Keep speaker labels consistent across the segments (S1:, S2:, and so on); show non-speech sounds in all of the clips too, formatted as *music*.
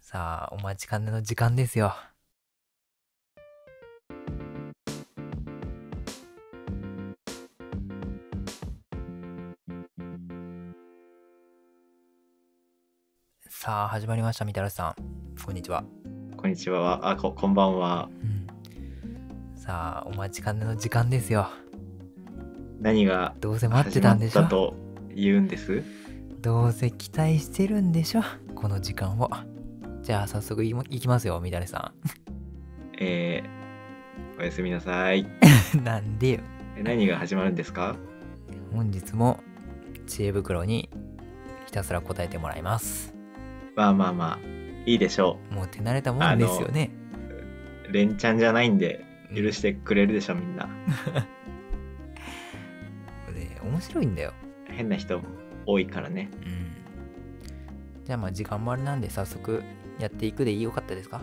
S1: さあ、お待ちかねの時間ですよ。さあ、始まりました、みたらしさん。こんにちは。
S2: こんにちは。あ、こ、こんばんは。
S1: うんさあ、お待ちかねの時間ですよ。
S2: 何が
S1: どうせ待って
S2: 始ま
S1: た
S2: っ
S1: んでしたょ
S2: と言うんです
S1: どうせ期待してるんでしょこの時間を。じゃあ、早速いもいきますよ、みだれさ
S2: えー、おやすみなさい。
S1: ん。 *laughs* なんでよ。
S2: え何が始まるんですか
S1: 本日も知恵袋にひたすら答えてもらいます
S2: まあまあまあ、いいでしょ
S1: もう手慣れたもんですよね、
S2: う。連チャンじゃないんで、許しててくれるでしょ、みんな。
S1: うんで面白いんだよ、
S2: 変な人も多いからね
S1: う。ん、じゃあまあ時間もあれなんで早速やっていくでよかったですか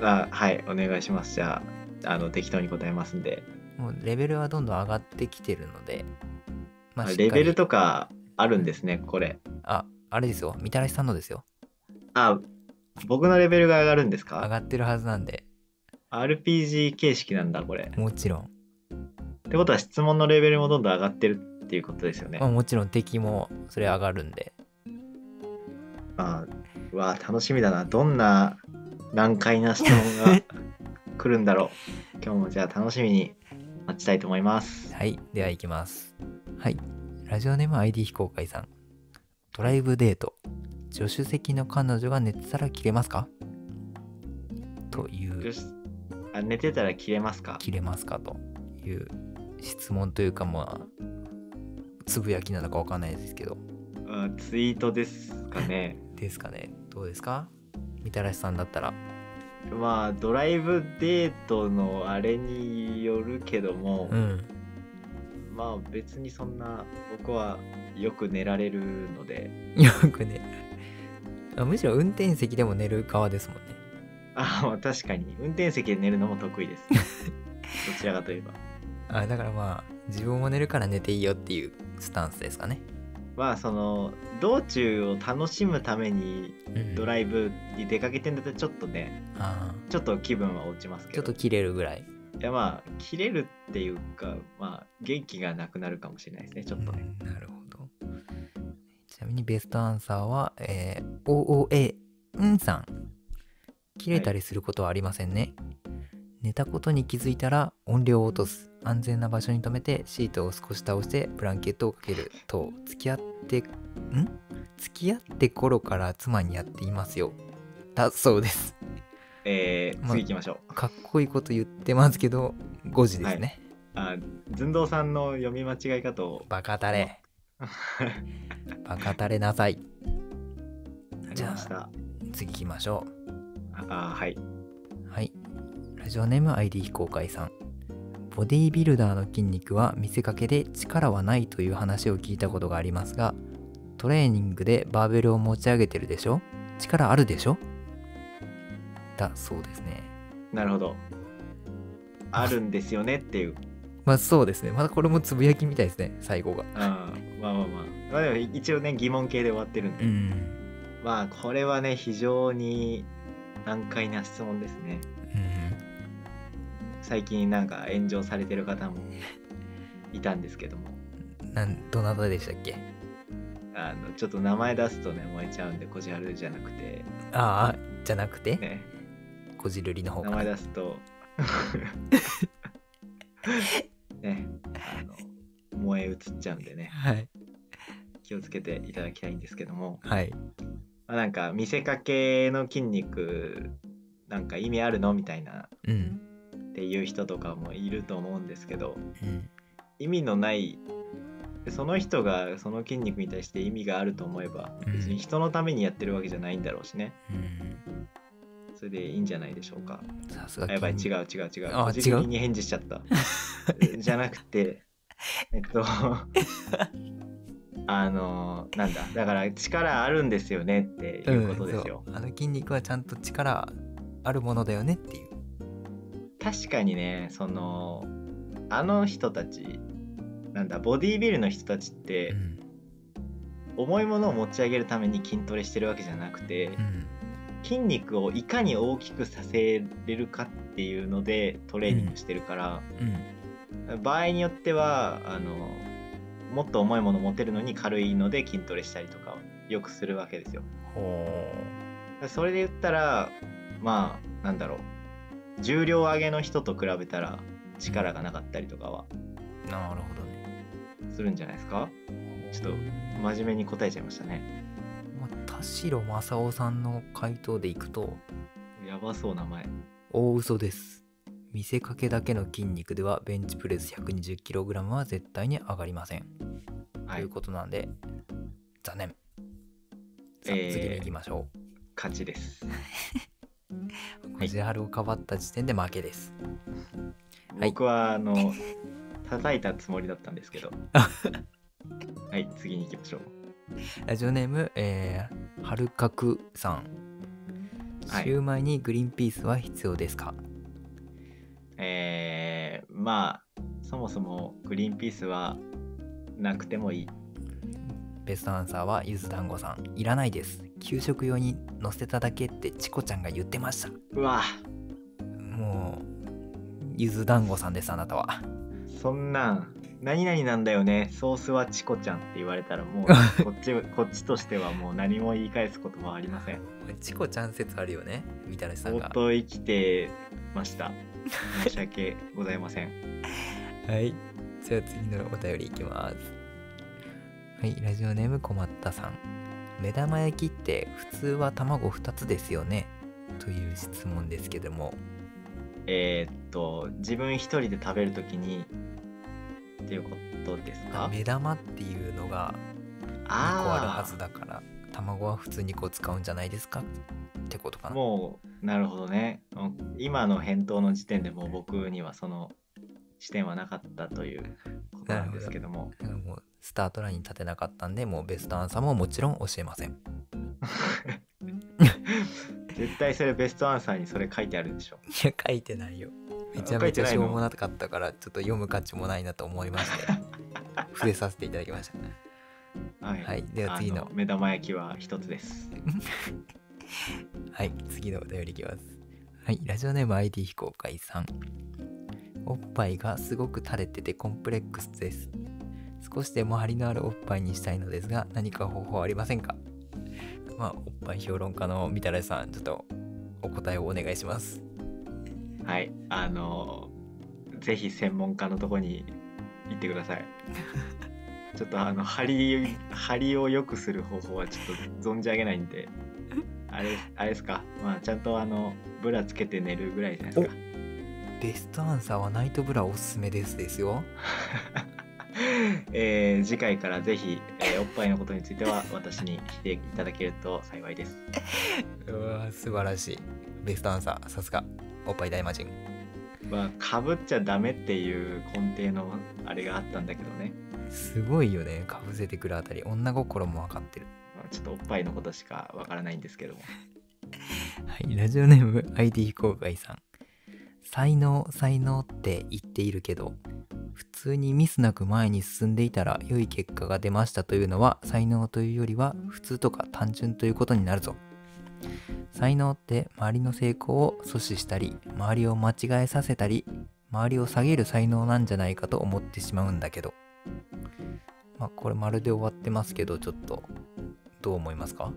S2: あ、はい、お願いします。じゃあ、あの、適当に答えますんで。
S1: もうレベルはどんどん上がってきてるので、ま
S2: あ
S1: しっかり
S2: レベルとかあるんですね、これ。
S1: ああれですよみたらしさんのですよ
S2: あ、僕のレベルが上がるんです
S1: 上
S2: か
S1: がってるはずなんで
S2: ?RPG 形式なんだ、これ。
S1: もちろん、
S2: ってことは質問のレベルもどんどん上がってるっていうことですよね。
S1: まあ、もちろん敵もそれ上がるんで
S2: あーうわー楽しみだなどんな難解な質問
S1: *laughs*
S2: が来るんだろう今日もじゃあ楽しみに待ちたいと思います
S1: はい、では行きます。はい、ラジオネーム ID 非公開さん。ドライブデート。助手席の彼女が寝てたら切れますかとい
S2: よ
S1: う、
S2: しあ寝てたら切れますか
S1: 切れますかという質問というか、まあ、つぶやきなのかわかんないですけど、
S2: あツイートですか
S1: *laughs*
S2: ね
S1: ですかね。どうですかみたらしさんだったら。
S2: まあドライブデートのあれによるけども、
S1: うん。 *laughs*
S2: まあ別にそんな僕はよく寝られるので
S1: よくね。あむしろ運転席でも寝る側ですもんね。
S2: あまあ確かに運転席で寝るのも得意です
S1: *laughs*
S2: どちらかといえば
S1: あだからまあ、自分も寝るから寝ていいよっていうスタンスですかね。
S2: まあその道中を楽しむために
S1: うん
S2: ドライブに出かけてんだったらちょっとね
S1: あ
S2: ちょっと気分は落ちます
S1: あ
S2: け
S1: ちょっ
S2: ど
S1: と切れるぐらい、
S2: いやまあ切れるっていうかまあ元気がなくなるかもしれないですねちょっとね、
S1: なるほどちなみにベストアンサーは、えー、OOA うんさん切れたりすることはありませんね、寝たことに気づいたら音量を落とす安全な場所に止めてシートを少し倒してブランケットをかけると付き合ってん付き合って頃から妻にやっていますよだそうです
S2: えー
S1: まあ
S2: 次行きましょう、
S1: かっこいいこと言ってますけど5時ですね、
S2: あ寸胴さんの読み間違い方を
S1: バカタレ *laughs* バカタレなさい
S2: ありました
S1: 次行きましょ
S2: あはいう
S1: はいラジオネーム ID 非公開さんボディービルダーの筋肉は見せかけで力はないという話を聞いたことがありますがトレーニングでバーベルを持ち上げてるでしょ力あるでしょだそうですね
S2: なるほどあるんですよねっていう、
S1: まあそうですねまだこれもつぶやきみたいですね最後が
S2: うん、まあまあまあまあでも一応ね疑問形で終わってるんで、
S1: うん
S2: まあこれはね非常に難解な質問ですね
S1: うん
S2: 最近なんか炎上されてる方もいたんですけども
S1: なんどなたでしたっけ
S2: あのちょっと名前出すとね燃えちゃうんでこじはるじゃなくて
S1: ああじゃなくて、
S2: ね
S1: こじるりの方
S2: 名
S1: か
S2: 前
S1: な
S2: 出すとねあの燃え移っちゃうんでね
S1: はい
S2: 気をつけていただきたいんですけども、
S1: はい
S2: まあ、なんか見せかけの筋肉なんか意味あるのみたいな
S1: うん
S2: っていう人とかもいると思うんですけど
S1: うん
S2: 意味のないその人がその筋肉に対して意味があると思えば
S1: うん
S2: 別に人のためにやってるわけじゃないんだろうしね
S1: うん
S2: それでいいんじゃないでしょうか
S1: さすが
S2: あやばい
S1: 筋
S2: 違
S1: 肉
S2: う違う違う
S1: あ
S2: 個人的に返事しちゃったじゃなく
S1: *laughs*
S2: てえっとあのなんだだから力あるんですよねっていうことですよ、
S1: うんそうあの筋肉はちゃんと力あるものだよねっていう
S2: 確かにねそのあの人たちなんだボディービルの人たちって
S1: うん
S2: 重いものを持ち上げるために筋トレしてるわけじゃなくて、
S1: うん
S2: 筋肉をいかに大きくさせれるかっていうのでトレーニングしてるから、
S1: うん
S2: 場合によってはあのもっと重いもの持てるのに軽いので筋トレしたりとかをよくするわけですよ。
S1: ほ
S2: それで言ったらまあなんだろう重量上げの人と比べたら力がなかったりとかは
S1: うなるほどね
S2: するんじゃないですかちょっと真面目に答えちゃいましたね。
S1: まあ、田代正夫さんの回答でいくと
S2: やばそう名前。
S1: 大嘘です見せかけだけの筋肉ではベンチプレス 120kg は絶対に上がりません、
S2: は
S1: とい
S2: いう
S1: ことなんで残念さあ、
S2: えー
S1: 次に行きましょ
S2: 勝ちです。
S1: う
S2: はい
S1: こじはるをかばった時点で負けです、はい
S2: 僕はあの叩いたつもりだったんですけ
S1: *laughs*
S2: ど。はい次に行きましょう。
S1: ラジオネーム、えー、はるかくさん
S2: はい
S1: シューマイにグリーンピースは必要ですか、
S2: えー、まあそもそもグリーンピースはなくてもいい
S1: ベストアンサーはゆずだんごさんいらないです給食用に乗せただけってチコちゃんが言ってました
S2: うわ
S1: もうゆずだんごさんですあなたは
S2: そんなん何々なんだよねソースはチコちゃんって言われたらもう
S1: *laughs*
S2: こっちこっちとしてはもう何も言い返すこともありません
S1: チコちゃん説あるよねみたらしさん
S2: 相
S1: が
S2: 当生きてました申し訳ございません
S1: はいじゃあ次のお便りいきますはいラジオネーム困ったさん目玉焼きって普通は卵2つですよねという質問ですけども
S2: えー、っと自分一人で食べるときにっていうことですか
S1: 目玉っていうのが2個あるは
S2: あ
S1: ずだから卵は普通にこう使うんじゃないですかってことか
S2: あ
S1: な
S2: もうなるほどねうん今の返答の時点でもう僕にはその視点はなかったということなんですけども
S1: だからもうスタートラインに立てなかったんでもうベストアンサーももちろん教えません
S2: 絶対それベストアンサーにそれ書いてあるでしょ
S1: いや書いてないよめちゃめちゃしょうもなかったからちょっと読む価値もないなと思いまして触れさせていただきました
S2: はい、
S1: はいでは次の
S2: あ目玉焼きは一つです
S1: はい次のお便りいきますはいラジオネーム ID 非公開さんおっぱいがすごく垂れててコンプレックスです少しでも張りのあるおっぱいにしたいのですが何か方法ありませんかまあおっぱい評論家のみたらしさんちょっとお答えをお願いします
S2: はいあのぜひ専門家のとこに行ってくださいちょっとあの張り張りを良くする方法はちょっと存じ上げないんであれあれですかまあちゃんとあのブラつけて寝るぐらいじゃないですか
S1: ベストアンサーはナイトブラおすすめですですよ
S2: *laughs* えー次回からぜひ、えーおっぱいのことについては私にしていただけると幸いです。
S1: うわー素晴らしいベストアンサーさすがおっぱい大魔人
S2: まあ、かぶっちゃダメっていう根底のあれがあったんだけどね、
S1: すごいよねかぶせてくるあたり女心も分かってる
S2: まあちょっとおっぱいのことしかわからないんですけども。
S1: はいラジオネーム ID 非公開さん才能才能って言っているけど普通にミスなく前に進んでいたら良い結果が出ましたというのは才能というよりは普通とか単純ということになるぞ才能って周りの成功を阻止したり周りを間違えさせたり周りを下げる才能なんじゃないかと思ってしまうんだけどまあこれ丸で終わってますけどちょっとどう思いますか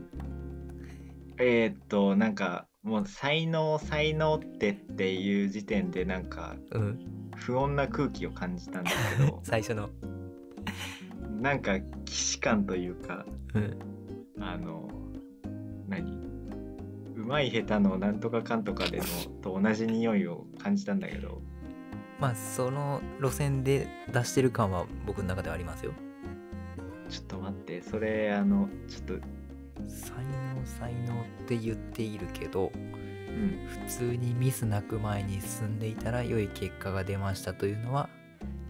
S2: えーっとなんかもう才能才能ってっていう時点でなんか
S1: うん
S2: 不穏な空気を感じたんですけ
S1: *laughs*
S2: ど
S1: 最初の
S2: なんか既視感というか
S1: うん
S2: あの何うまい下手のなんとかかんとかでのと同じ匂いを感じたんだけど
S1: まあその路線で出してる感は僕の中ではありますよ
S2: ちょっと待ってそれあのちょっと
S1: 才能才能って言っているけど
S2: うん
S1: 普通にミスなく前に進んでいたら良い結果が出ましたというのは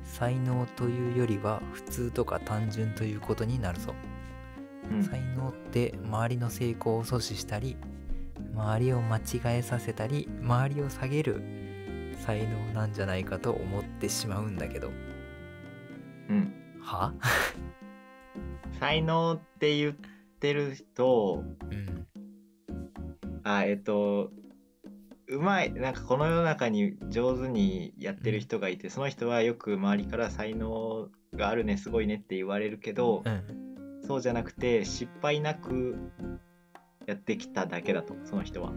S1: 才能というよりは普通とか単純ということになるぞ、
S2: うん
S1: 才能って周りの成功を阻止したり周りを間違えさせたり周りを下げる才能なんじゃないかと思ってしまうんだけど
S2: うん
S1: は *laughs*
S2: 才能って言ってる人
S1: うん
S2: あえっとうまいなんかこの世の中に上手にやってる人がいて、その人はよく周りから才能があるねすごいねって言われるけど、
S1: うん。
S2: そうじゃなくて失敗なくやってきただけだとその人は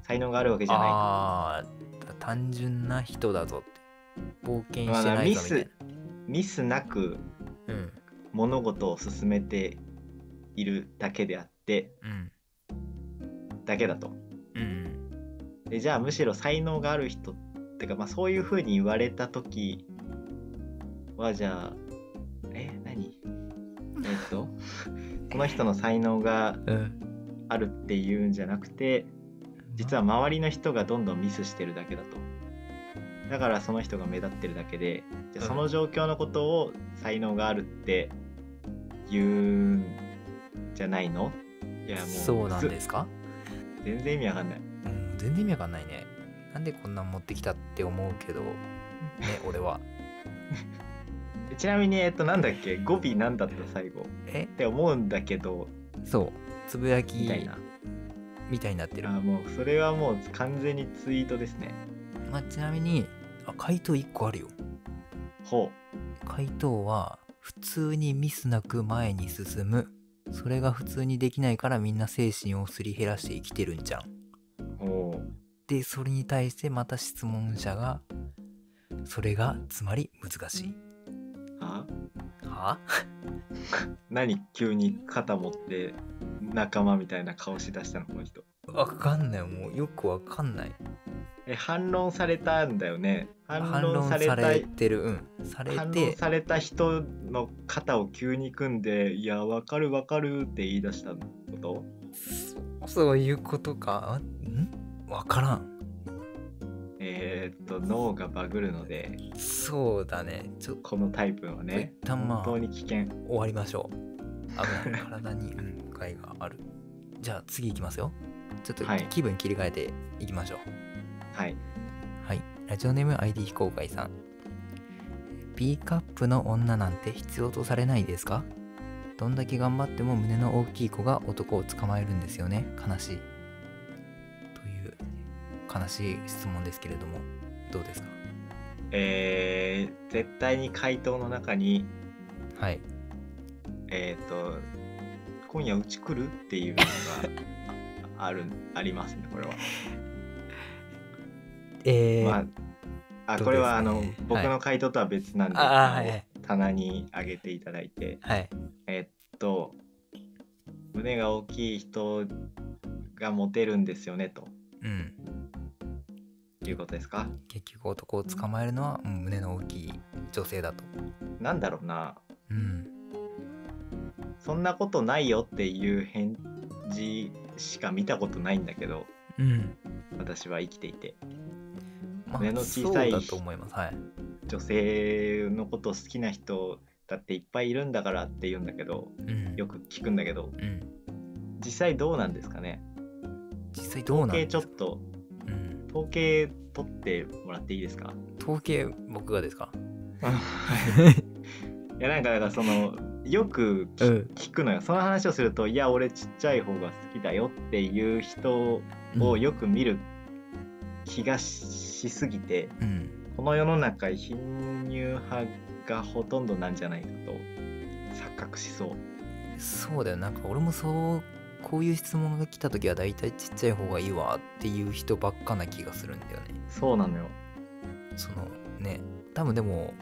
S2: 才能があるわけじゃない
S1: ああ、単純な人だぞって。冒険して
S2: まあ
S1: ない
S2: ミ
S1: ぞみた
S2: ス
S1: い
S2: ミスなく
S1: な。うん。
S2: 物事を進めているだけであって
S1: うん。
S2: だけだと
S1: うん。
S2: でじゃあむしろ才能がある人ってか、まあ、そういうふうに言われた時はじゃあえ何 *laughs* えっとこの人の才能が
S1: うん。
S2: あるっていうんじゃなくて実は周りの人がどんどんミスしてるだけだとだからその人が目立ってるだけでじゃあ
S1: うん
S2: その状況のことを才能があるって言うんじゃないのいやもう
S1: そうなんですすか
S2: 全然意味わかんない
S1: うん、全然意味わかんないね。なんでこんなん持ってきたって思う
S2: *laughs*
S1: けど、ね、俺は。
S2: でちなみにえっとなんだっけ語尾なんだった最後
S1: え
S2: って思うんだけど
S1: そう。つぶやき
S2: みたいな
S1: みたいになってる。
S2: あもうそれはもう完全にツイートですね
S1: まあ、ちなみに、あ、回答1個あるよ。
S2: ほ
S1: 回答は、普通にミスなく前に進む。それが普通にできないからみんな精神をすり減らして生きてるんじゃん。
S2: うほ
S1: で、それに対してまた質問者が、それがつまり難しい。
S2: うあ
S1: は
S2: 何急に肩持って仲間みたいな顔しだしたのこの人
S1: わかんない。もうよくわかんない。
S2: え反論されたんだよね反
S1: 反
S2: 論
S1: 論
S2: さ
S1: さ
S2: れた
S1: れてる。うん。され
S2: 反論
S1: て、
S2: された人の肩を急に組んで「いやわかるわかる」って言い出したこと
S1: そそういうことか。んわからん。
S2: えーっと脳がバグるので
S1: そうだね。ちょっと
S2: このタイプはね
S1: 一旦まあ
S2: 本当に危険
S1: 終わりましょう。危ない。体に、うん、害がある。じゃあ次いきますよ。ちょっと
S2: はい
S1: 気分切り替えていきましょう。
S2: はい
S1: はい。ラジオネーム ID 非公開さん。B カップの女なんて必要とされないですかどんだけ頑張っても胸の大きい子が男を捕まえるんですよね。悲しい。という悲しい質問ですけれども、どうですか
S2: えー絶対に回答の中に
S1: はい。
S2: えーっと「今夜うち来る?」っていうのがあある *laughs* ありますねこれは。
S1: えー、
S2: まああ
S1: どう
S2: これはあ
S1: ですかね
S2: の、
S1: はい
S2: 僕の回答とは別なんで、
S1: あー
S2: あの
S1: はい
S2: 棚に上げていただいて
S1: はい。
S2: えっと胸が大きい人がモテるんですよねと
S1: うん。
S2: いうことですか
S1: 結局男を捕まえるのは、うん胸の大きい女性だと。
S2: なんだろうな
S1: うん。
S2: そんなことないよっていう返事しか見たことないんだけど
S1: うん。
S2: 私は生きていて
S1: ま
S2: 胸の小さい
S1: そうだと思います。はい。
S2: 女性のこと好きな人だっていっぱいいるんだからって言うんだけど
S1: うん。
S2: よく聞くんだけど
S1: うん。
S2: 実際どうなんですかね
S1: 実際どうなん
S2: 統計
S1: で
S2: ちょ
S1: す
S2: っ
S1: か
S2: と
S1: うん。
S2: 統計取ってもらっていいですか
S1: 統計、僕がですか
S2: いやなんかだからそのよく聞
S1: うん
S2: 聞くのよその話をするといや俺ちっちゃい方が好きだよっていう人をよく見る気がししすぎて
S1: うん。
S2: この世の中貧乳派がほとんどなんじゃないかと錯覚しそう
S1: そうだよ。なんか俺もそう、こういう質問が来た時は大体ちっちゃい方がいいわっていう人ばっかな気がするんだよね。
S2: そうなのよ
S1: そのね、多分でも、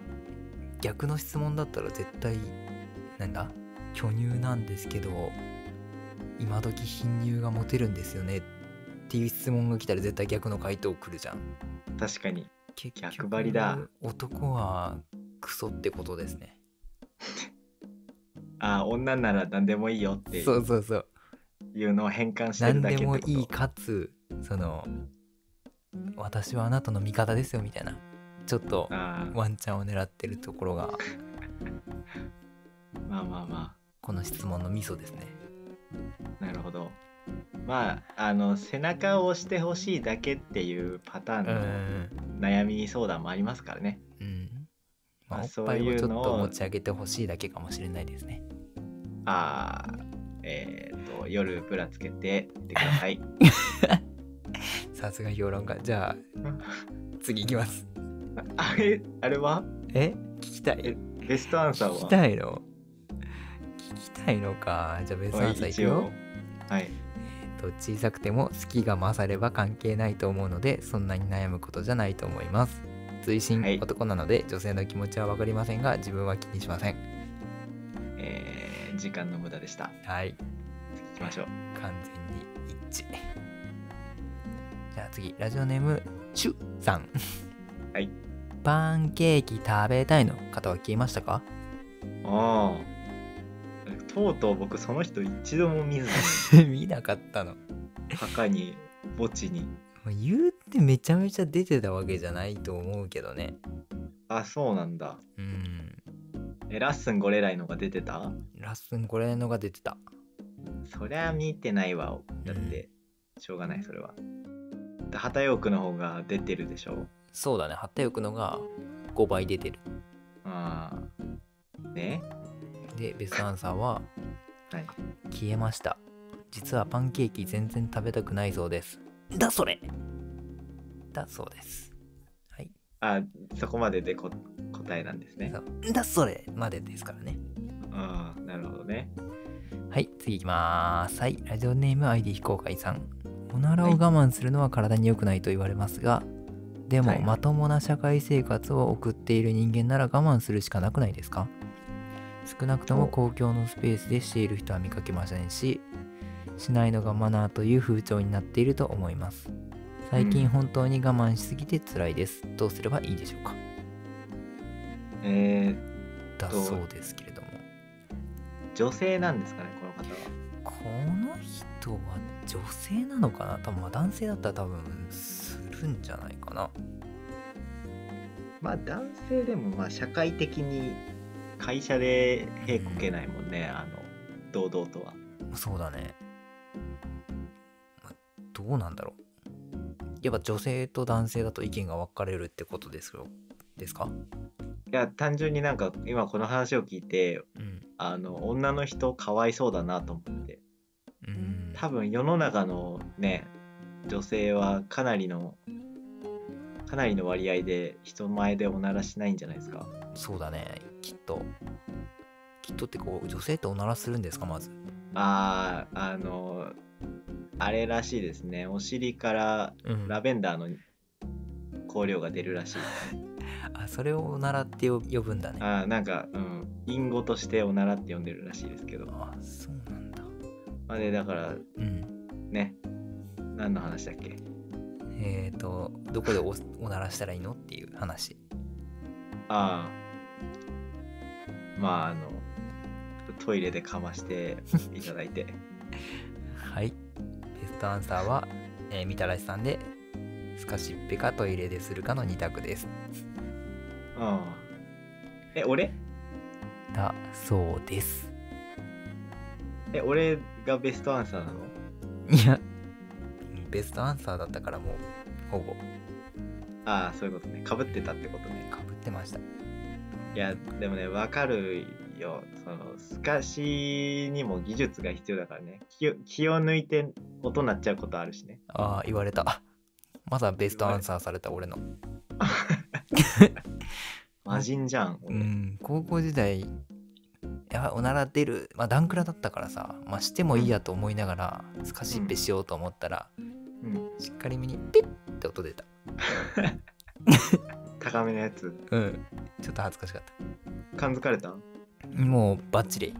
S1: 逆の質問だったら絶対、なんだ巨乳なんですけど、今時貧乳がモテるんですよねっていう質問が来たら絶対逆の回答来るじゃん。
S2: 確かに
S1: 結局
S2: 逆張りだ
S1: 男はクソってことですね
S2: ああ女なら何でもいいよってい
S1: そうそうそう
S2: うのを変換してる
S1: 何
S2: だ
S1: で
S2: けって
S1: も
S2: こ
S1: いい
S2: と
S1: かつその私はあなたの味方ですよみたいなちょっと
S2: あー
S1: ワンチャンを狙ってるところが
S2: まあまあま
S1: この質問のミソですね
S2: あなるほどまああの背中を押してほしいだけっていうパター
S1: う
S2: ンの
S1: ん
S2: 悩み相談もありますからね。
S1: うんまあ
S2: まあ
S1: おっ
S2: そう
S1: ぱい
S2: い
S1: を
S2: う
S1: ちょっ
S2: のを
S1: と持ち上げてほしいだけかもしれないですね
S2: ああ、えーと夜ブラつけて寝てくだ
S1: *laughs*
S2: さい。
S1: さすが評論家じゃあ次いきます
S2: あれあれは
S1: え聞きたい
S2: えベストアンサーは
S1: 聞きたいの聞きたいのかじゃあベストアンサーいくよ、
S2: はい。
S1: えっと小さくても好きが勝れば関係ないと思うのでそんなに悩むことじゃないと思います追伸、
S2: はい
S1: 男なので女性の気持ちは分かりませんが自分は気にしません
S2: えー時間の無駄でした。
S1: はい
S2: 次行きましょう。
S1: 完全に一致じゃあ次ラジオネームチュさん
S2: はい
S1: パンケーキ食べたいの方は消えましたか *laughs*
S2: ああ。とうとう僕その人一度も見ずに
S1: 見なかったのも
S2: 墓に墓地に
S1: う言うてめちゃめちゃ出てたわけじゃないと思うけどね
S2: あそうなんだ
S1: うん
S2: えラッスンゴレライのが出てた
S1: ラッスンこれのが出てた
S2: そりゃ見てないわだってしょうがないそれは旗ヨークの方が出てるでしょ
S1: そうだね八田翼のが5倍出てる
S2: ああね
S1: でベストアンサーは
S2: はい
S1: 消えました実はパンケーキ全然食べたくないそうですだそれだそうですはい
S2: あそこまででこ答えなんですね
S1: そうだそれまでですからね
S2: ああなるほどね
S1: はい次いきまーすはいラジオネーム ID 非公開さんおならを我慢するのは体に良くないと言われますがで
S2: は
S1: も
S2: い
S1: まともな社会生活を送っている人間なら我慢するしかなくないですか少なくとも公共のスペースでしている人は見かけませんししないのがマナーという風潮になっていると思います最
S2: うん
S1: 近本当に我慢しすぎて辛いですどうすればいいでしょうか
S2: えー
S1: だ
S2: どう
S1: そうですけれども
S2: 女性なんですかねこの方は
S1: この人は女性なのかな多分まあ男性だったら多分するんじゃないかな
S2: まあ男性でもまあ社会的に会社で屁こけないもんね、あの堂々とは
S1: そうだね、まあどうなんだろうやっぱ女性と男性だと意見が分かれるってことですよですか
S2: いや単純になんか今この話を聞いて
S1: うん
S2: あの女の人かわいそうだなと思って
S1: うん
S2: 多分世の中のね女性はかなりのかなりの割合で人前でおならしないんじゃないですか
S1: そうだねきっときっとってこう女性っておならするんですかまず
S2: あーあのあれらしいですねお尻から
S1: うん
S2: ラベンダーの香料が出るらしい
S1: あそれをおならって呼呼ぶんだね
S2: あーなんか、うん、隠語としておならって呼んでるらしいですけど、
S1: あそうなんだ
S2: まあね、だから
S1: うん
S2: ね何の話だっけ
S1: えー、とどこでおおならしたらいいのっていう話
S2: ああまああのトイレでかましていただいて
S1: はいベストアンサーは、えーみたらしさんで「すかしっぺかトイレでするか」の2択です
S2: うんえ俺
S1: だそうです
S2: え俺がベストアンサーなの
S1: いやベストアンサーだったからもうほぼ
S2: ああそういうことねかぶってたってことね
S1: かぶってました
S2: いやでもねわかるよそのすかしにも技術が必要だからね気を気を抜いて音鳴っちゃうことあるしね
S1: ああ言われたまだベストアンサーされた俺の
S2: 魔人じゃん
S1: う
S2: 俺、
S1: ん高校時代いやおなら出るまあダンクラだったからさ、まあ、してもいいやと思いながらすかしっぺしようと思ったら、
S2: うん、
S1: しっかりめにピッって音出た
S2: 高めのやつ
S1: うんちょっと恥ずかしかった
S2: 感づかれた
S1: もうバッチリ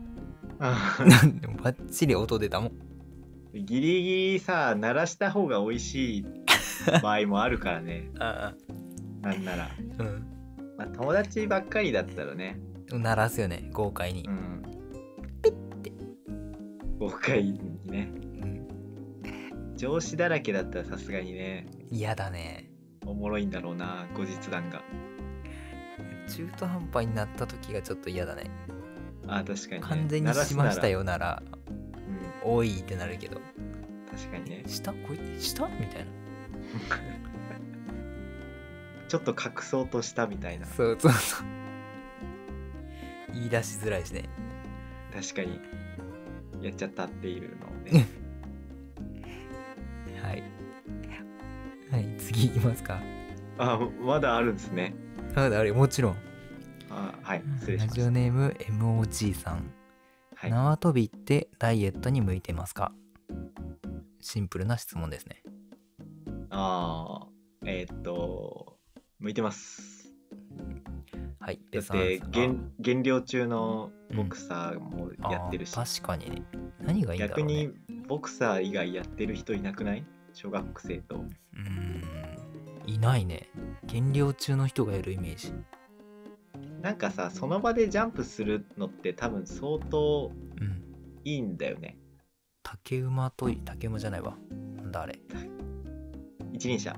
S2: あー
S1: なんでもバッチリ音出たもん
S2: ギリギリさ鳴らした方が美味
S1: *laughs*
S2: しい場合もあるからね
S1: あ
S2: なんなら、
S1: あうん
S2: まあ、友達ばっかりだったらね
S1: 鳴らすよね豪快に
S2: う、ん豪快にね
S1: うん
S2: 上司だらけだったらさすがにね
S1: 嫌だね
S2: おもろいんだろうな後日談が
S1: 中途半端になった時がちょっと嫌だね
S2: あー確かに、ね、
S1: 完全に
S2: 鳴ら
S1: し
S2: すな
S1: ま
S2: ら
S1: したよなら
S2: うん
S1: 多いってなるけど
S2: 確かにね
S1: 下こいつ下みたい
S2: ちょっと隠そうとしたみたいな
S1: なそうそうそう言い出しづらいしね
S2: 確かにやっちゃったっていうのをね
S1: はい。はい、次いきますか。
S2: あまだあるんですね
S1: ああれ、もちろん。
S2: あはい失礼し
S1: ラ
S2: ま
S1: ジ
S2: し
S1: オ
S2: た、
S1: ネーム MOG さん。
S2: はい、
S1: 縄跳びってダイエットに向いてますかシンプルな質問ですね。
S2: あーえーっと向いてます
S1: はい。
S2: だ
S1: ベ
S2: っ
S1: ストアンサ
S2: て
S1: ー
S2: 減減量中のボクサーも
S1: あー
S2: やってるし、
S1: 確かにね。何がいいんだろ
S2: 逆
S1: う、ね、
S2: にボクサー以外やってる人いなくない小学生と
S1: うーんいないね減量中の人がやるイメージ
S2: なんかさその場でジャンプするのって多分相当
S1: うん
S2: いいんだよね
S1: 竹馬と竹馬じゃないわなんだあれ
S2: 一輪車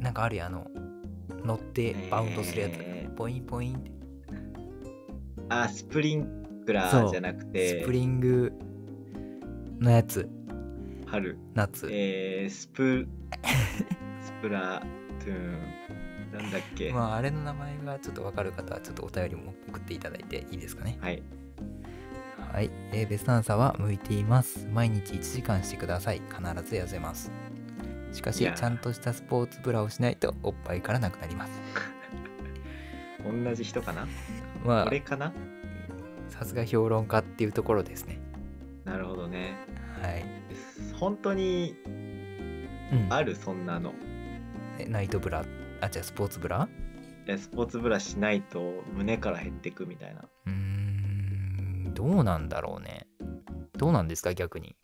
S1: なんかあるやんあの乗ってバウンドするやつ、
S2: え
S1: ポインポインって
S2: あスプリンクラーじゃなくて
S1: スプリングのやつ
S2: 春
S1: 夏、
S2: えー、
S1: *laughs*
S2: スプスプラトゥーンなんだっけ、
S1: まああれの名前がちょっとわかる方はちょっとお便りも送っていただいていいですかね
S2: はい
S1: はい、えーベストアンサーは向いています毎日1時間してください必ず痩せますしか
S2: い
S1: し
S2: やー
S1: ちゃんとしたスポーツブラをしないとおっぱいからなくなります
S2: 同じ人かな
S1: まあ
S2: これかな
S1: さすが評論家っていうところですね。
S2: なるほどね
S1: はい。
S2: 本当に
S1: うん、
S2: あるそんなの
S1: えナイトブラ、あ、じゃスポーツブラ
S2: えスポーツブラしないと胸から減ってくみたいな
S1: うーん、どうなんだろうね。どうなんですか、逆に。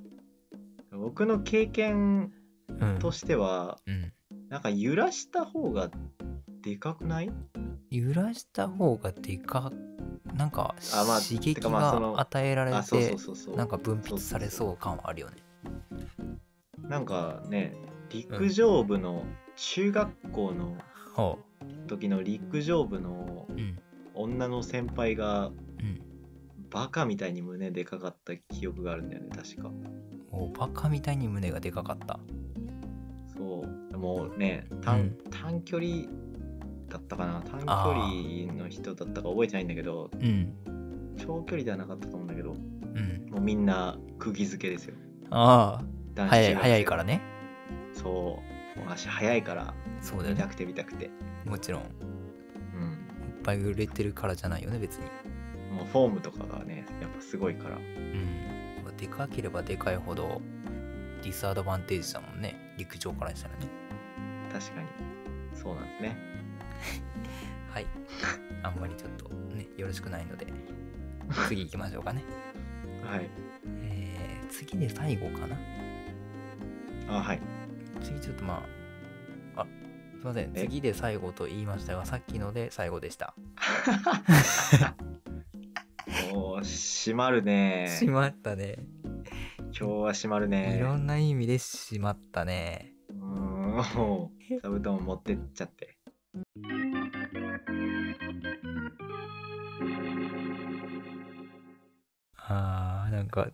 S2: 僕の経験
S1: うん。
S2: としては
S1: うん、
S2: なんか揺らした方がでかくない
S1: 揺らした方がでか、なんか
S2: あまあ
S1: 刺激
S2: てかまあその
S1: が与えられ
S2: あそうそう
S1: て、
S2: そうそう
S1: なんか分泌されそう感はあるよね。
S2: なんかね陸上部の中学校の
S1: ほ
S2: 時の陸上部の
S1: う。うん。
S2: 女の先輩が
S1: うん。
S2: バカみたいに胸でかかった記憶があるんだよね確か
S1: もうバカみたいに胸がでかかった。
S2: そうもうね短,、
S1: うん
S2: 短距離だったかな短距
S1: あ
S2: 離の人だったか覚えてないんだけど
S1: うん。
S2: 長距離ではなかったと思うんだけど
S1: うん。
S2: もうみんな釘付けですよ
S1: ああ、早
S2: 男
S1: い、
S2: 子中学生
S1: 早いからね。
S2: そうもう足早いから
S1: そうだよ
S2: 見た
S1: ね。
S2: くて見たくて
S1: もちろん、いっ
S2: うん
S1: ぱい売れてるからじゃないよね、別に。
S2: もうフォームとかがねやっぱすごいから
S1: うん、でかければでかいほどディスアドバンテージだもんね陸上からしたらね
S2: 確かにそうなんですね
S1: はい *laughs* あんまりちょっとねよろしくないので次行きましょうかね
S2: はい
S1: えー、次で最後かな
S2: あはい
S1: 次ちょっとまああすいません
S2: え
S1: 次で最後と言いましたがさっきので最後でした、
S2: おー閉まるね
S1: しまったね、
S2: 今日は閉まる
S1: い
S2: ね
S1: ろんな意味でしまったね
S2: うーんもう座布団持ってっちゃって
S1: あーなんか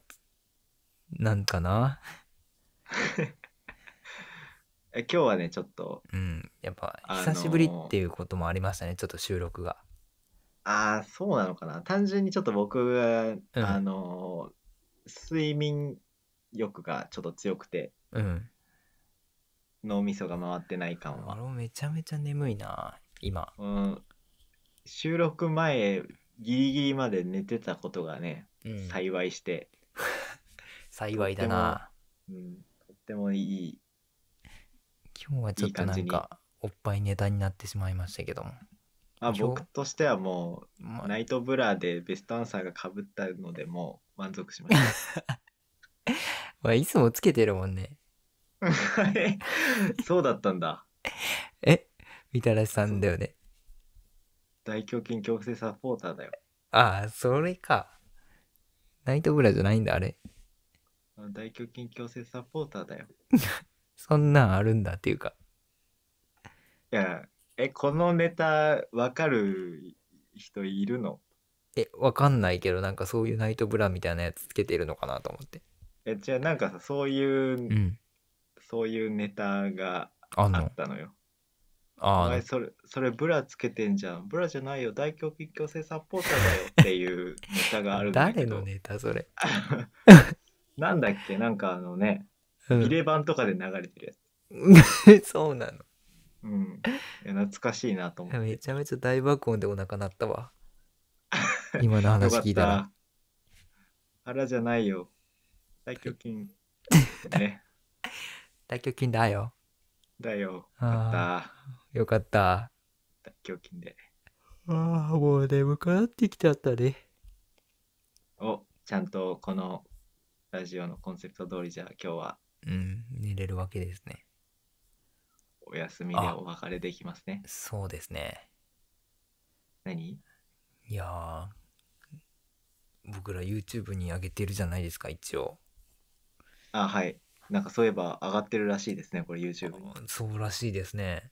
S1: なんかな
S2: え今日はねちょっと
S1: うんやっぱ
S2: あのー
S1: 久しぶりっていうこともありましたねちょっと収録が
S2: ああそうなのかな単純にちょっと僕が、
S1: ん
S2: あのー睡眠欲がちょっと強くて
S1: うん
S2: 脳みそが回ってない感
S1: あ
S2: は、
S1: れめちゃめちゃ眠いな今
S2: うん、収録前ギリギリまで寝てたことがね、
S1: うん
S2: 幸いして、
S1: 幸いだな
S2: うん、とってもいい
S1: 今日はちょっとなん
S2: いい感
S1: かおっぱいネタになってしまいましたけども
S2: まあ
S1: 今日
S2: 僕としてはも
S1: ま
S2: う
S1: あ
S2: ナイトブラでベストアンサーがかぶったのでもう満足しました
S1: まあいつもつけてるもんね
S2: えそうだったんだ
S1: えみたらしさんだよね
S2: 大胸筋強制サポーターだよ
S1: ああそれかナイトブラじゃないんだあれ
S2: 大胸筋強制サポーターだよ
S1: そんなんあるんだっていうか
S2: いやえこのネタわかる人いるの
S1: えわかんないけどなんかそういうナイトブラみたいなやつつけてるのかなと思って
S2: えじゃあなんかさそういう、
S1: うん
S2: そういうネタが
S1: あん
S2: あ
S1: の
S2: ったのよお
S1: あ
S2: 前
S1: ー
S2: それそれブラつけてんじゃんブラじゃないよ大胸筋強制サポーターだよっていうネタがあるんだけ
S1: 誰
S2: ど
S1: のネタそれ、
S2: なんだっけなんかあのね
S1: うん
S2: 入れ版とかで流れてるやつ
S1: そうなの
S2: うんいや懐かしいなと思って
S1: めちゃめちゃ大爆音でお腹鳴ったわ
S2: *laughs*
S1: 今の話聞いた
S2: よ
S1: ら
S2: かったあらじゃないよ大胸筋
S1: *laughs*
S2: ね
S1: 大胸筋だよ
S2: だよ
S1: あーよ
S2: よかっ
S1: かった
S2: た大胸筋で
S1: ああもう眠くなってきちゃったね
S2: おちゃんとこのラジオのコンセプト通りじゃあ今日は
S1: うん寝れるわけですね
S2: お休みでお別れできますね
S1: そうですね
S2: 何
S1: いやー僕ら YouTube に上げてるじゃないですか一応
S2: あはいなんかそういえば上がってるらしいですねこれ YouTube に
S1: そうらしいですね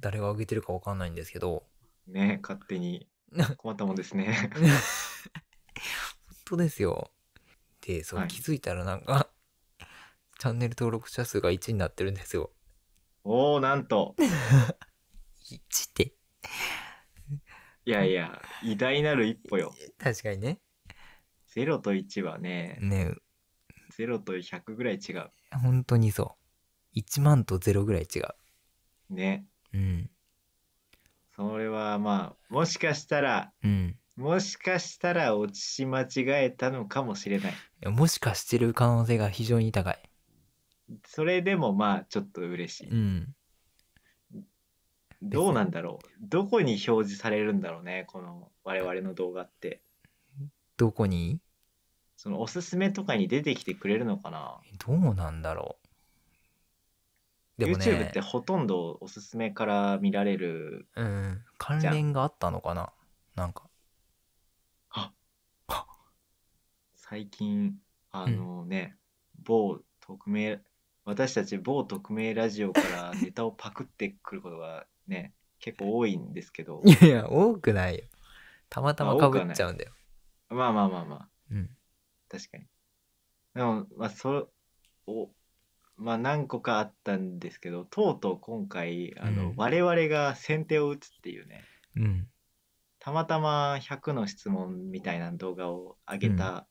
S1: 誰が上げてるかわかんないんですけど
S2: ね勝手に困ったもんですね *laughs*
S1: 本当ですよでそう
S2: はい
S1: 気づいたらなんか、 *laughs* チャンネル登録者数が1になってるんですよ
S2: おおなんと
S1: 1って
S2: いやいや偉大なる一歩よ
S1: 確かにね
S2: 0と1はね
S1: ね
S2: 0と100ぐらい違う
S1: 本当にそう1万と0ぐらい違う
S2: ね
S1: うん
S2: それはまあもしかしたら
S1: うん
S2: もしかしたら落ち間違えたのかもしれない
S1: いやもしかしてる可能性が非常に高い
S2: それでもまあちょっと嬉しい
S1: うん
S2: どうなんだろうどこに表示されるんだろうねこの我々の動画って
S1: どこに
S2: そのおすすめとかに出てきてくれるのかな
S1: どうなんだろうでもね
S2: YouTube ってほとんどおすすめから見られる
S1: うん関連があったのかななんか
S2: 最近あのね、某匿名私たち某匿名ラジオからネタをパクってくることがね結構多いんです
S1: *laughs*
S2: けど
S1: いやいや多くないよたまたま
S2: あ
S1: か
S2: 多く
S1: ぶ
S2: は
S1: っ
S2: ない
S1: ちゃうんだよ、
S2: まあまあまあまあ
S1: うん
S2: 確かにでもまあそおまあ何個かあったんですけどとうとう今回あの、
S1: うん
S2: 我々が先手を打つっていうね
S1: うん
S2: たまたま100の質問みたいな動画を上げた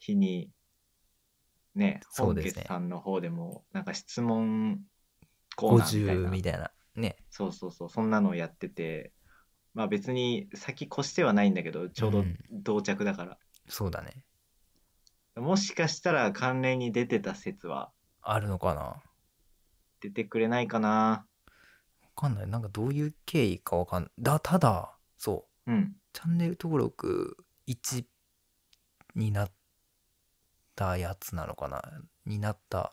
S2: 日に、ね
S1: そう
S2: 本
S1: です
S2: 家
S1: ね
S2: さんの方でもなんか質問コーナーみたい
S1: 50
S2: な
S1: みたいなね
S2: そうそうそうそんなのをやっててまあ別に先越してはないんだけどちょう
S1: う
S2: ど
S1: ん
S2: 同着だから、
S1: そうだね
S2: もしかしたら関連に出てた説は
S1: あるのかなわ
S2: 出てくれないかな
S1: かんないなんかどういう経緯かわかんだただそう
S2: うん
S1: チャンネル登録1になったやつなのかなになった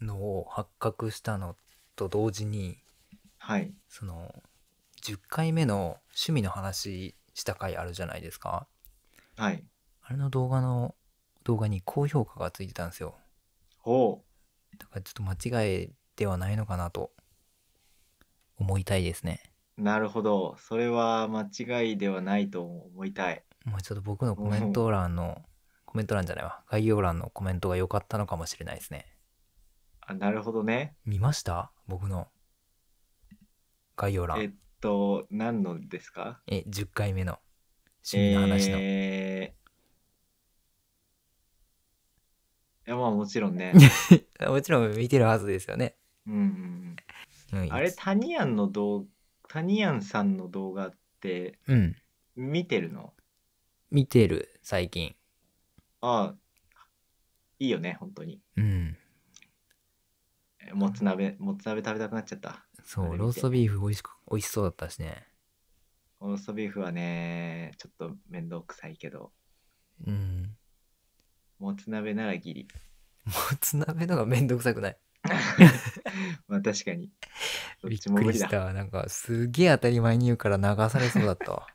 S1: のを発覚したのと同時に
S2: はい
S1: その10回目の趣味の話した回あるじゃないですか
S2: はい
S1: あれの動画の動画に高評価がついてたんですよ
S2: ほ
S1: だからちょっと間違いではないのかなと思いたいですね
S2: うなるほどそれは間違いではないと思いたい
S1: まあちょっと僕のコメント欄の、コメント欄じゃないわ。概要欄のコメントが良かったのかもしれないですね。
S2: あなるほどね
S1: 見ました僕の概要
S2: え
S1: 欄
S2: っ。と何のですか
S1: え、10回目の趣味の話の。
S2: えーいやまあもちろ
S1: *laughs*
S2: んね、
S1: もちろん見てるはずですよね。
S2: うんうん
S1: う、
S2: うんん、あれタニアンの動タニアンさんの動画って
S1: うん。
S2: 見てるの
S1: 見てる、最近。
S2: ああいいよね本当に
S1: うん。
S2: えもつ鍋もつ鍋食べたくなっちゃった
S1: そ
S2: あれ見
S1: う、
S2: て
S1: ローストビーフ美味しく、美味しそうだったしね。
S2: オーストビーフはねちょっと面倒くさいけど
S1: うん。
S2: もつ鍋ならギリ
S1: もつ鍋のがめんどくさくない。
S2: まあ確かにどっ
S1: びっ
S2: ちも
S1: く
S2: 無
S1: り
S2: 理
S1: し
S2: だ
S1: た。なんか、すげえ当たり前に言うから流されそうだ
S2: *laughs*
S1: ったわ。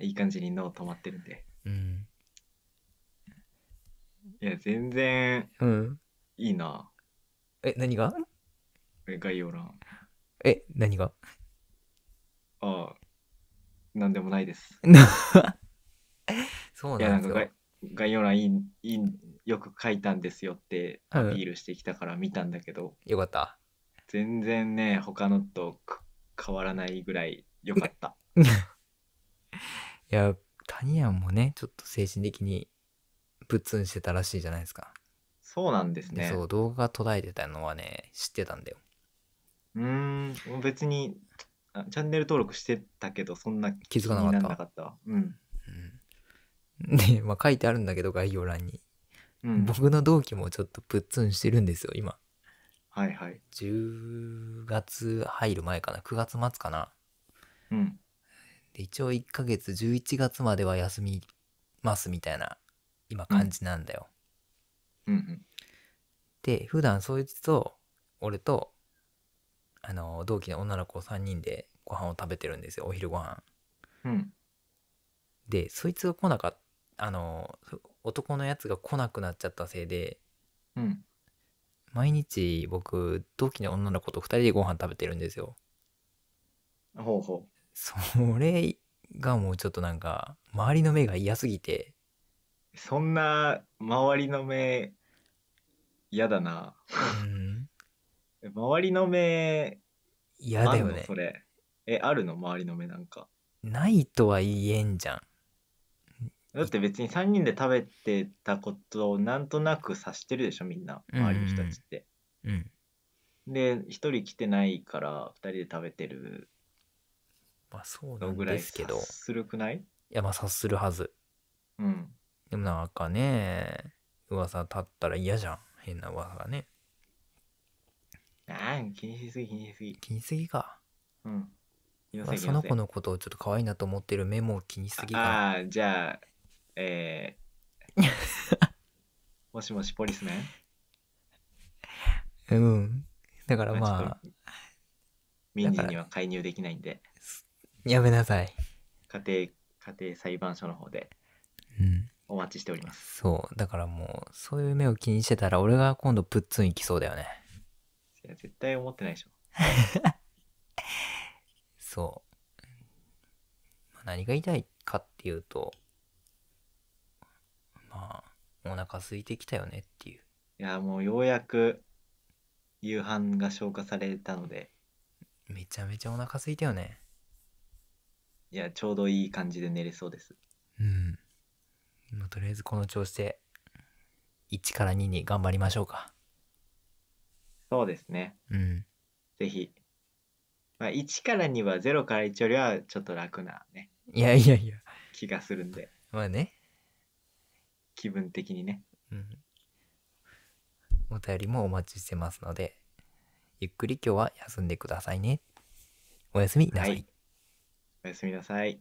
S2: いい感じに脳止まってるんで
S1: うん。
S2: いや全然
S1: うん。
S2: いいな
S1: え、何が
S2: 概要欄
S1: え、何が
S2: ああ、なんでもないです。
S1: そう
S2: いや、
S1: な
S2: なんん
S1: で
S2: か
S1: すよ
S2: 概概要欄いい、いい、よく書いたんですよって
S1: う
S2: ア
S1: ん
S2: ピールしてきたから見たんだけど、
S1: よかった。
S2: 全然ね他のとく変わらないぐらい良かった
S1: いや、谷やんもね、ちょっと精神的にぶっつんしてたらしいじゃないですか。
S2: そうなんです
S1: で
S2: ね
S1: そう、動画が途絶えてたのはね、知ってたんだよ。
S2: うーん別にあチャンネル登録してたけどそんな
S1: 気づかなかった
S2: 気にんなかったわうん、
S1: うん。で、まあ書いてあるんだけど、概要欄に。
S2: うん、
S1: 僕の同期もちょっとぶっつんしてるんですよ、今。
S2: はいはい
S1: 10月入る前かな、9月末かな。
S2: うん
S1: で、一応1ヶ月、11月までは休みますみたいな、今感じなんだよ。
S2: うんうん
S1: で普段そいつと俺とあの同期の女の子3人でご飯を食べてるんですよお昼ご飯
S2: うん
S1: でそいつが来なかっあのそ男のやつが来なくなっちゃったせいで
S2: うん
S1: 毎日僕同期の女の子と2人でご飯食べてるんですよ
S2: ほうほ
S1: それがもうちょっとなんか周りの目が嫌すぎ
S2: *laughs*
S1: て
S2: うそんな周りの目嫌だな
S1: うん
S2: 周りの目
S1: 嫌
S2: あ
S1: だ
S2: る
S1: よ
S2: の
S1: ね
S2: それえあるの周りの目なんか
S1: ないとは言えんじゃん
S2: だって別に3人で食べてたことをなんとなく察してるでしょみんな
S1: うんうん
S2: 周りの人たちって、
S1: うん
S2: で1人来てないから2人で食べてる
S1: まあそうな
S2: の
S1: ん
S2: ぐらい
S1: ですけど
S2: 察するくない
S1: いやまあ察するはず
S2: うん
S1: でもなんかね、噂立ったら嫌じゃん。変な噂がね。
S2: ああ気にしすぎ気にしすぎ
S1: 気にしすぎか。
S2: うん気の
S1: まあ
S2: せい
S1: その子
S2: の
S1: のことをちょっと可愛いなと思ってる目も気にしすぎか。
S2: ああーじゃあえ
S1: *laughs*
S2: ー、もしもしポリスね
S1: うん。だから
S2: ちょっ
S1: まあ、
S2: と民事には介入できないんで
S1: やめなさい。
S2: 家庭家庭裁判所の方で
S1: うん。
S2: お待ちしております
S1: そう。だからもう、そういう目を気にしてたら、俺が今度プッツンいきそうだよね。
S2: いや絶対思ってないでしょ
S1: そう。まあ何が言いたいかっていうと、まあ、お腹空いてきたよねっていう。
S2: いやもうようやく夕飯が消化されたので
S1: めちゃめちゃお腹空いたよね。
S2: いやちょうどいい感じで寝れそうです
S1: うん。まあとりあえずこの調子で、1から2に頑張りましょうか。
S2: そうですね
S1: うん。
S2: ぜひ、まあ、1から2は0から1よりはちょっと楽なね
S1: いやいやいや。
S2: 気がするんで
S1: まあね。
S2: 気分的にね
S1: うん。お便りもお待ちしてますので、ゆっくり今日は休んでくださいね。おやすみなさ
S2: はいいおやすみなさい